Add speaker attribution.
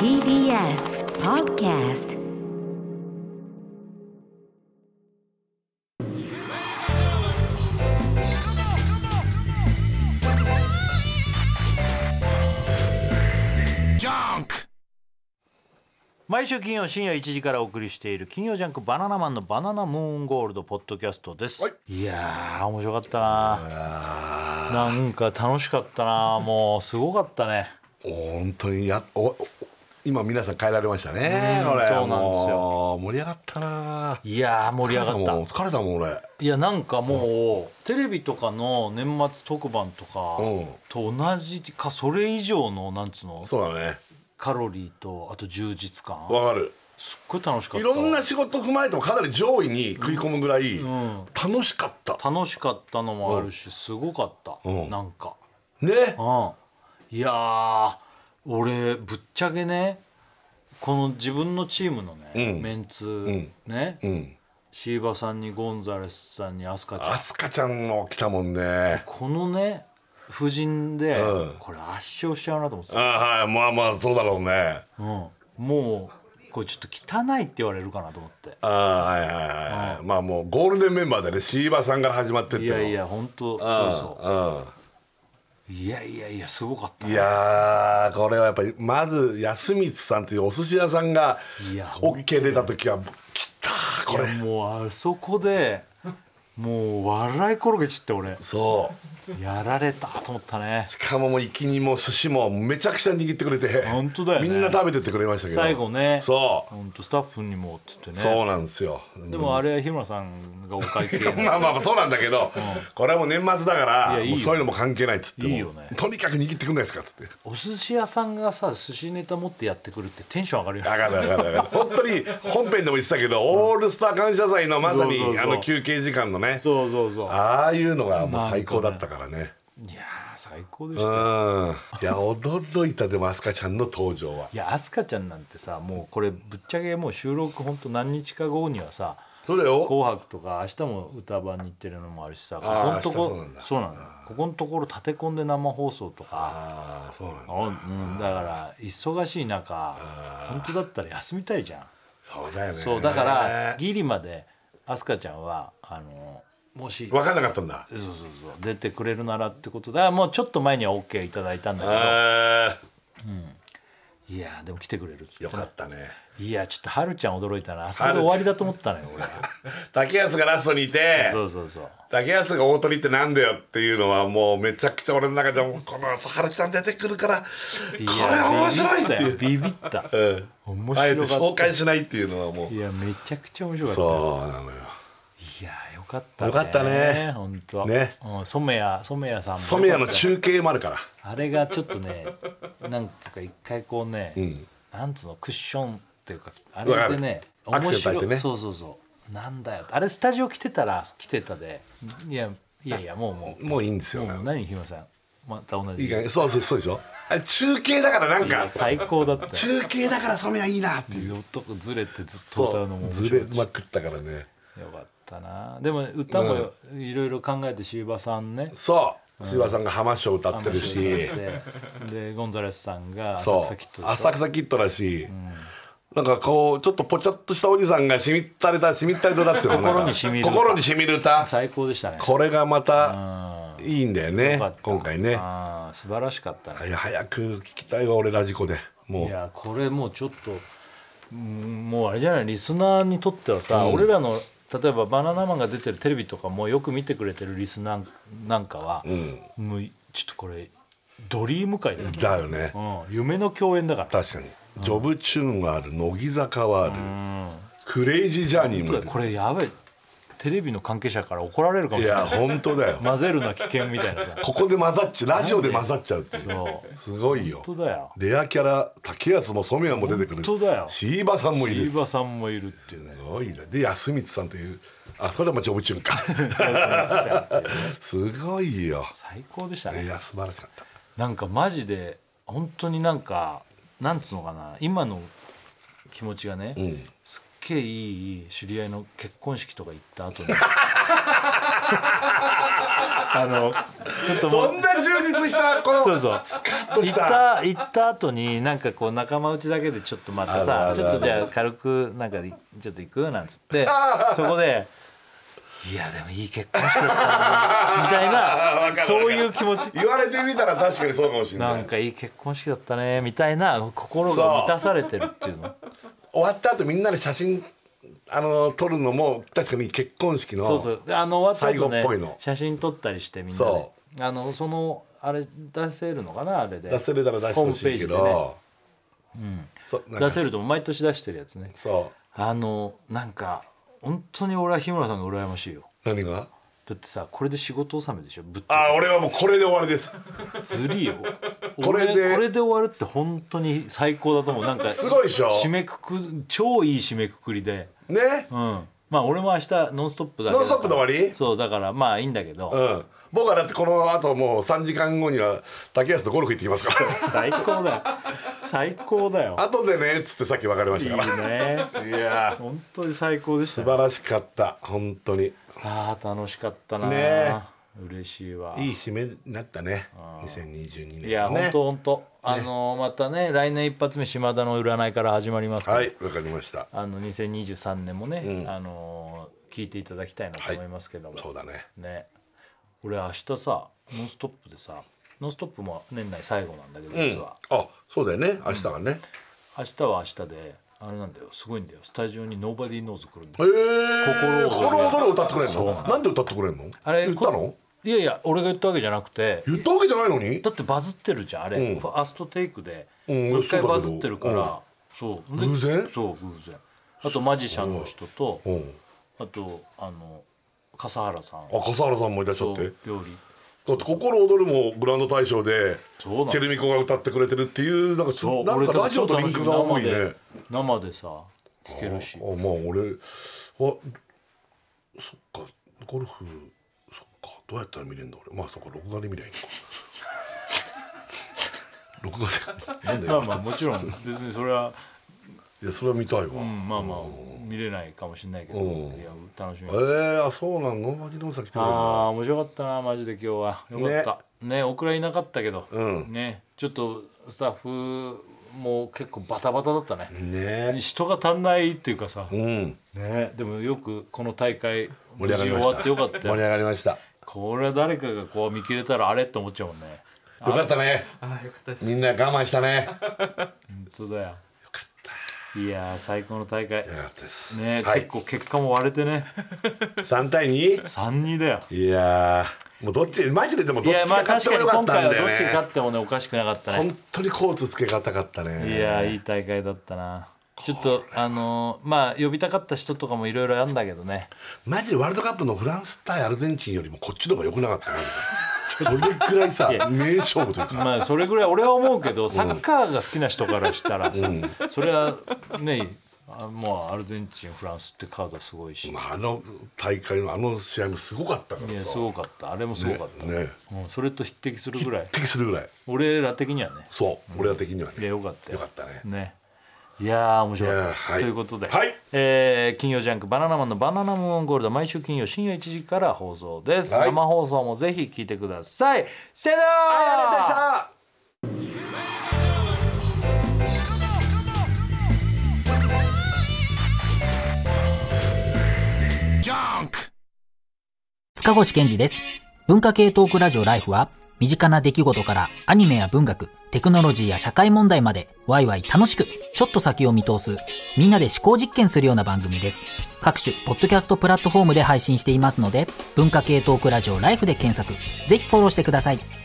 Speaker 1: TBS Podcast
Speaker 2: 毎週金曜深夜1時からお送りしている金曜ジャンクバナナマンのバナナムーンゴールドポッドキャストです、、
Speaker 3: はい
Speaker 2: やー面白かったななんか楽しかったなもうすごかったね
Speaker 3: 本当にやおお今皆さん帰られましたね、
Speaker 2: うん
Speaker 3: これ
Speaker 2: そうなんですよ
Speaker 3: もう盛り上がったない
Speaker 2: やー盛り上
Speaker 3: 疲れた
Speaker 2: が
Speaker 3: もん
Speaker 2: った
Speaker 3: 疲れたもん俺
Speaker 2: いやなんかもう、テレビとかの年末特番とか
Speaker 3: うん
Speaker 2: と同じかそれ以上のなんつうの
Speaker 3: そうだね
Speaker 2: カロリーとあと充実感
Speaker 3: わかる
Speaker 2: すっごい楽しかった
Speaker 3: いろんな仕事踏まえてもかなり上位に食い込むぐらい楽しかった、
Speaker 2: 楽しかったのもあるしすごかった、
Speaker 3: うん
Speaker 2: なんか
Speaker 3: ね
Speaker 2: うん、いやー俺ぶっちゃけねこの自分のチームのね、
Speaker 3: うん
Speaker 2: メンツ、
Speaker 3: ん
Speaker 2: ね、
Speaker 3: うん
Speaker 2: シーバさんにゴンザレスさんにアスカちゃん
Speaker 3: アスカちゃんも来たもんね
Speaker 2: このね夫人で、
Speaker 3: うん
Speaker 2: これ圧勝しちゃうなと思っ
Speaker 3: あ
Speaker 2: てた、
Speaker 3: はいまあまあそうだろうね
Speaker 2: うん、もうこれちょっと汚いって言われるかなと思って
Speaker 3: ああはいはいはい、はいまあもうゴールデンメンバーでね椎葉さんから始まってって
Speaker 2: いやいや本当
Speaker 3: うん
Speaker 2: そうそう
Speaker 3: うん
Speaker 2: いやいやいやすごかった
Speaker 3: いやーこれはやっぱりまず安光さんというお寿司屋さんが
Speaker 2: いや
Speaker 3: OK 出た時は来たーこれ
Speaker 2: いやもうあそこでもう笑い転げちって俺
Speaker 3: そう
Speaker 2: やられたと思ったね
Speaker 3: しかももう生きにも寿司もめちゃくちゃ握ってくれて
Speaker 2: 本当だよね
Speaker 3: みんな食べてってくれましたけど
Speaker 2: 最後ね
Speaker 3: そう、
Speaker 2: 本当スタッフにもっつってね
Speaker 3: そうなんですよ
Speaker 2: でもあれは日村さんがお会計
Speaker 3: まあまあまあそうなんだけど、これはもう年末だか
Speaker 2: いや
Speaker 3: ら
Speaker 2: いいよ
Speaker 3: もうそういうのも関係ないっつっても
Speaker 2: いいよね
Speaker 3: とにかく握ってくんないですかっつって
Speaker 2: お寿司屋さんがさ寿司ネタ持ってやってくるってテンション上がるよね
Speaker 3: だからだからだから本当に本編でも言ってたけど、オールスター感謝祭のまさに
Speaker 2: そうそうそう
Speaker 3: あの休憩時間のね
Speaker 2: そうそうそう
Speaker 3: ああいうのがもう最高だったからね。
Speaker 2: いやー最高でし
Speaker 3: う
Speaker 2: た
Speaker 3: ん
Speaker 2: よ。
Speaker 3: いや、驚いた、でも、アスカちゃんの登場は。
Speaker 2: いや飛鳥ちゃんなんてさもうこれぶっちゃけもう収録ほんと何日か後にはさ
Speaker 3: それよ。
Speaker 2: 紅白とか明日も歌番に行ってるのもあるしさここ
Speaker 3: あ
Speaker 2: の
Speaker 3: ー
Speaker 2: と
Speaker 3: 明日そ
Speaker 2: こ
Speaker 3: うなんだ
Speaker 2: そうなんだここのところ立て込んで生放送とか
Speaker 3: ああ、そうなんだ。
Speaker 2: うん、だから忙しい中本当だったら休みたいじゃん
Speaker 3: そうだよね。
Speaker 2: そうだから。ギリまで飛鳥ちゃんはあのもしそう
Speaker 3: 分かんなかったんだ。
Speaker 2: そうそう出てくれるならってことだもうちょっと前には OK いただいたんだ
Speaker 3: あ
Speaker 2: けどいやーでも来てくれるっつっ
Speaker 3: ー
Speaker 2: て
Speaker 3: よかったね。
Speaker 2: いやちょっとはるちゃん驚いたなあそこで終わりだと思ったのよ俺
Speaker 3: 竹安がラストにいて。
Speaker 2: そうそうそう
Speaker 3: 竹安が大鳥ってなんだよっていうのはもうめちゃくちゃ俺の中でもこの後原ちゃん出てくるからこれ面白いっていう、
Speaker 2: ビビったよビビった
Speaker 3: うん、
Speaker 2: 面
Speaker 3: あえて紹
Speaker 2: 白かった
Speaker 3: 介しないっていうのはもう
Speaker 2: いやめちゃくちゃ面白かった
Speaker 3: そうなのよ
Speaker 2: いやーよかったね
Speaker 3: よかったね
Speaker 2: 本当
Speaker 3: ね
Speaker 2: うん、染谷染谷さんも
Speaker 3: 染谷の
Speaker 2: よかった
Speaker 3: 中継もあるから
Speaker 2: あれがちょっとね なんつうか一回こうね、
Speaker 3: ん
Speaker 2: なんつうのクッションっていうかあれでね
Speaker 3: わかるアク
Speaker 2: 面
Speaker 3: セル
Speaker 2: 白
Speaker 3: 変え
Speaker 2: い、
Speaker 3: てね
Speaker 2: そうそうそうなんだよあれスタジオ来てたら来てたでいやいやいやもうも
Speaker 3: もういいんですよ、
Speaker 2: うもう何ひまさんまた同じ
Speaker 3: いいかねそうそうそうでしょあれ中継だからなん
Speaker 2: いや
Speaker 3: か
Speaker 2: 最 高だったよ
Speaker 3: 中継だから染めはいいなっていう
Speaker 2: 男ずれてずっと
Speaker 3: そう
Speaker 2: 歌のも
Speaker 3: う
Speaker 2: 面
Speaker 3: ず
Speaker 2: 白い
Speaker 3: れまくったからね
Speaker 2: よかったなでも歌もよいろいろ考えて椎葉さんね
Speaker 3: そう柴さんが浜章歌ってるし
Speaker 2: ででゴンザレスさんが浅
Speaker 3: そ
Speaker 2: 草キッド
Speaker 3: う
Speaker 2: でしょ
Speaker 3: 浅草キッドだし、なんかこうちょっとぽちゃっとしたおじさんがしみったれたしみったれた歌っていうの
Speaker 2: 心に染みる歌
Speaker 3: 心にしみる歌
Speaker 2: 最高でしたね
Speaker 3: これがまた
Speaker 2: あ
Speaker 3: いいんだよね
Speaker 2: かった
Speaker 3: 今回ね
Speaker 2: あー素晴らしかったね
Speaker 3: いや早く聞きたいわ俺ラジコでも
Speaker 2: いうやこれもうちょっとうんもうあれじゃないリスナーにとってはさ、俺らの例えばバナナマンが出てるテレビとかもよく見てくれてるリスナーなんかは、もうちょっとこれドリーム界だよ、ね
Speaker 3: だよね
Speaker 2: うん、夢の共演だから
Speaker 3: 確かにジョブチューンはある乃木坂はあるクレイジージャーニーもある
Speaker 2: これやべえテレビの関係者から怒られるかも
Speaker 3: い
Speaker 2: しれない
Speaker 3: や本当だよ、
Speaker 2: 混ぜるな危険みたいなさ
Speaker 3: ここで混ざっちゃうラジオで混ざっちゃうっていう
Speaker 2: そう
Speaker 3: すごいよ
Speaker 2: 本当だよ
Speaker 3: レアキャラ竹安も染谷も出てくる
Speaker 2: 本当だよ
Speaker 3: シーバさんもい
Speaker 2: 飯
Speaker 3: る
Speaker 2: 場さんもいるっていうね
Speaker 3: すごいねで安光さんというあそれはまあジョブチューン かすごいよ
Speaker 2: 最高でした
Speaker 3: い
Speaker 2: ね
Speaker 3: や素晴らしかった
Speaker 2: なんかマジで本当になんかなんつうのかな今の気持ちがね、
Speaker 3: ん
Speaker 2: すっげえいい知り合いの結婚式とか行っ た後にあのちょっとも
Speaker 3: そ
Speaker 2: うん
Speaker 3: な充実スしたこの
Speaker 2: そうそう
Speaker 3: スカッと
Speaker 2: 行
Speaker 3: し
Speaker 2: ったた行った後になんかこう仲間内だけでちょっと待って
Speaker 3: あるあ
Speaker 2: さ
Speaker 3: る
Speaker 2: ちょっとじゃあ軽くなんかちょっと行くなん つってそこで「いやでもいい結婚してたな」みた い
Speaker 3: わかるわかる
Speaker 2: なそういう気持ち
Speaker 3: 言われてみたら確かにそうかもしれな
Speaker 2: ないんかいい結婚式だったねみたいな心が満たされてるっていうの
Speaker 3: 終わった後みんなで写真あの撮るのも確かに結婚式の
Speaker 2: そうそうであの終わった後
Speaker 3: 最後っぽい
Speaker 2: ね
Speaker 3: の
Speaker 2: 写真撮ったりしてみんなで
Speaker 3: そ
Speaker 2: あのそのあれ出せるのかなあれで
Speaker 3: 出せれたら出してほしいけ
Speaker 2: ホームペー
Speaker 3: ど、そうなんか
Speaker 2: 出せるとも毎年出してるやつね
Speaker 3: そ
Speaker 2: あのなんか本当に俺は日村さんが羨ましいよ
Speaker 3: う何が
Speaker 2: だってさこれで仕事納めでしょぶっちゃ
Speaker 3: あー俺はもうこれで終わりです
Speaker 2: けずり よ
Speaker 3: これで
Speaker 2: 俺これで終わるって本当に最高だと思うなんか
Speaker 3: すごいでしょ
Speaker 2: 締めくく超いい締めくくりで
Speaker 3: ね
Speaker 2: うんまあ俺も明日ノンストップだけど
Speaker 3: ノンストップの終わり
Speaker 2: そうだからまあいいんだけど、
Speaker 3: うん僕はだってこの後もう3時間後には竹安とゴルフ行ってきますから
Speaker 2: 最高だよ最高だよ
Speaker 3: 後でねっつってさっき別れまし
Speaker 2: いい
Speaker 3: たから
Speaker 2: ね
Speaker 3: いやー
Speaker 2: 本当に最高でした
Speaker 3: 素
Speaker 2: よ
Speaker 3: 晴らしかった本当に
Speaker 2: あー楽しかったな、
Speaker 3: ねえ
Speaker 2: 嬉しいわ
Speaker 3: いい締めになったね2022年、ね、
Speaker 2: いや、
Speaker 3: ね
Speaker 2: 本当本当あのまたね来年一発目島田の占いから始まりますから、
Speaker 3: はいわかりました
Speaker 2: あの2023年もね、あの聞いていただきたいなと思いますけども、
Speaker 3: そうだね
Speaker 2: ね俺明日さ「ノンストップ!」でさ「ノンストップ!」も年内最後なんだけど実は、
Speaker 3: あそうだよね明日がね、
Speaker 2: 明日は明日であれなんだよすごいんだよスタジオに「ノーバディーノーズ」来るんだよ
Speaker 3: ええー、
Speaker 2: 心躍
Speaker 3: 心
Speaker 2: る
Speaker 3: 躍る歌ってくれん
Speaker 2: そうな
Speaker 3: のなんで歌ってくれんの
Speaker 2: あれ
Speaker 3: 言ったの
Speaker 2: こいやいや俺が言ったわけじゃなくて
Speaker 3: 言ったわけじゃないのに
Speaker 2: だってバズってるじゃんあれ、
Speaker 3: ん
Speaker 2: ファーストテイクで
Speaker 3: うん
Speaker 2: もう一回
Speaker 3: そうだ
Speaker 2: バ
Speaker 3: けど
Speaker 2: ズってるから、そうで
Speaker 3: 偶然
Speaker 2: そう偶然あとマジシャンの人と
Speaker 3: うん
Speaker 2: あとあの笠原さん
Speaker 3: あ笠原さんもいらっしゃ
Speaker 2: と
Speaker 3: ってだって
Speaker 2: 料理
Speaker 3: 心躍るもグランド大賞で
Speaker 2: そうなの
Speaker 3: チェルミコが歌ってくれてるっていうなんかつ
Speaker 2: そう
Speaker 3: なん
Speaker 2: 俺
Speaker 3: か
Speaker 2: たち
Speaker 3: ラジオとリンクが多いね
Speaker 2: 生で生でさ聞けるし
Speaker 3: あまあ俺あそっかゴルフそっかどうやったら見れるんだ俺まあそっか 録画で見りゃいいのか録画でなんだ
Speaker 2: まあ
Speaker 3: よ、
Speaker 2: まあもちろん別にそれは、
Speaker 3: いやそれは見たいわ、
Speaker 2: うん、まあまあ見れないかもしれないけど
Speaker 3: うん
Speaker 2: いや楽しみ
Speaker 3: えー、あそうなのマジノーさん来てくれるん
Speaker 2: あ
Speaker 3: だ
Speaker 2: あ面白かったなマジで今日はよかったねオクラいなかったけど、
Speaker 3: うん
Speaker 2: ねちょっとスタッフも結構バタバタだったね、
Speaker 3: ね
Speaker 2: 人が足んないっていうかさ、
Speaker 3: うん
Speaker 2: ねでもよくこの大会無
Speaker 3: 盛り
Speaker 2: 事
Speaker 3: 上が
Speaker 2: 終
Speaker 3: りまし
Speaker 2: わったてよかった
Speaker 3: 盛り
Speaker 2: よ
Speaker 3: 上がりましたよ
Speaker 2: これは誰かがこう見切れたらあれって思っちゃうもんね
Speaker 3: かったねみんな我慢したねよか
Speaker 2: 本当だよよかったいやー最高の大会
Speaker 3: ったです
Speaker 2: ね、
Speaker 3: はい
Speaker 2: 結構結果も割れてね
Speaker 3: 3対2
Speaker 2: 3-2だよ
Speaker 3: いやーもうどっちマジででも
Speaker 2: い
Speaker 3: どっ
Speaker 2: や
Speaker 3: ち
Speaker 2: ま
Speaker 3: が
Speaker 2: あ
Speaker 3: 勝っ
Speaker 2: 確
Speaker 3: ても
Speaker 2: かに
Speaker 3: よかったんだ
Speaker 2: 今回は
Speaker 3: よ
Speaker 2: どっちが勝
Speaker 3: ね
Speaker 2: ってもねおかしくなかったね
Speaker 3: 本当にコーツつけがたかったね
Speaker 2: いやーいい大会だったなちょっとあのーまあ呼びたかった人とかもいろいろあるんだけどね
Speaker 3: マジでワールドカップのフランス対アルゼンチンよりもこっちの方が良くなかったねそれくらいさ名勝負というか
Speaker 2: まあそれぐらい俺は思うけどサッカーが好きな人からしたらさ、それはねあもうアルゼンチンフランスってカードはすごいし、
Speaker 3: まああの大会のあの試合もすごかったから
Speaker 2: いやす
Speaker 3: さ
Speaker 2: ごかったあれもすごかった、
Speaker 3: ね
Speaker 2: うん、それと匹敵するぐらい
Speaker 3: 適するぐらい
Speaker 2: 俺ら的にはね
Speaker 3: そう俺ら的にはね
Speaker 2: いやよかった
Speaker 3: よかったね
Speaker 2: ねいやー面白
Speaker 3: い
Speaker 2: か
Speaker 3: や
Speaker 2: っ
Speaker 3: ー
Speaker 2: た、
Speaker 3: はい
Speaker 2: ということで、
Speaker 3: はい
Speaker 2: えー金曜ジャンク「バナナマンのバナナムーンゴールド」毎週金曜深夜1時から放送です、
Speaker 3: はい
Speaker 2: 生放送もぜひ聞いてくださいせーのー
Speaker 3: ありがとうございました
Speaker 4: 塚越健治です。文化系トークラジオライフは、身近な出来事からアニメや文学、テクノロジーや社会問題まで、ワイワイ楽しく、ちょっと先を見通す、みんなで思考実験するような番組です。各種、ポッドキャストプラットフォームで配信していますので、文化系トークラジオライフで検索、ぜひフォローしてください。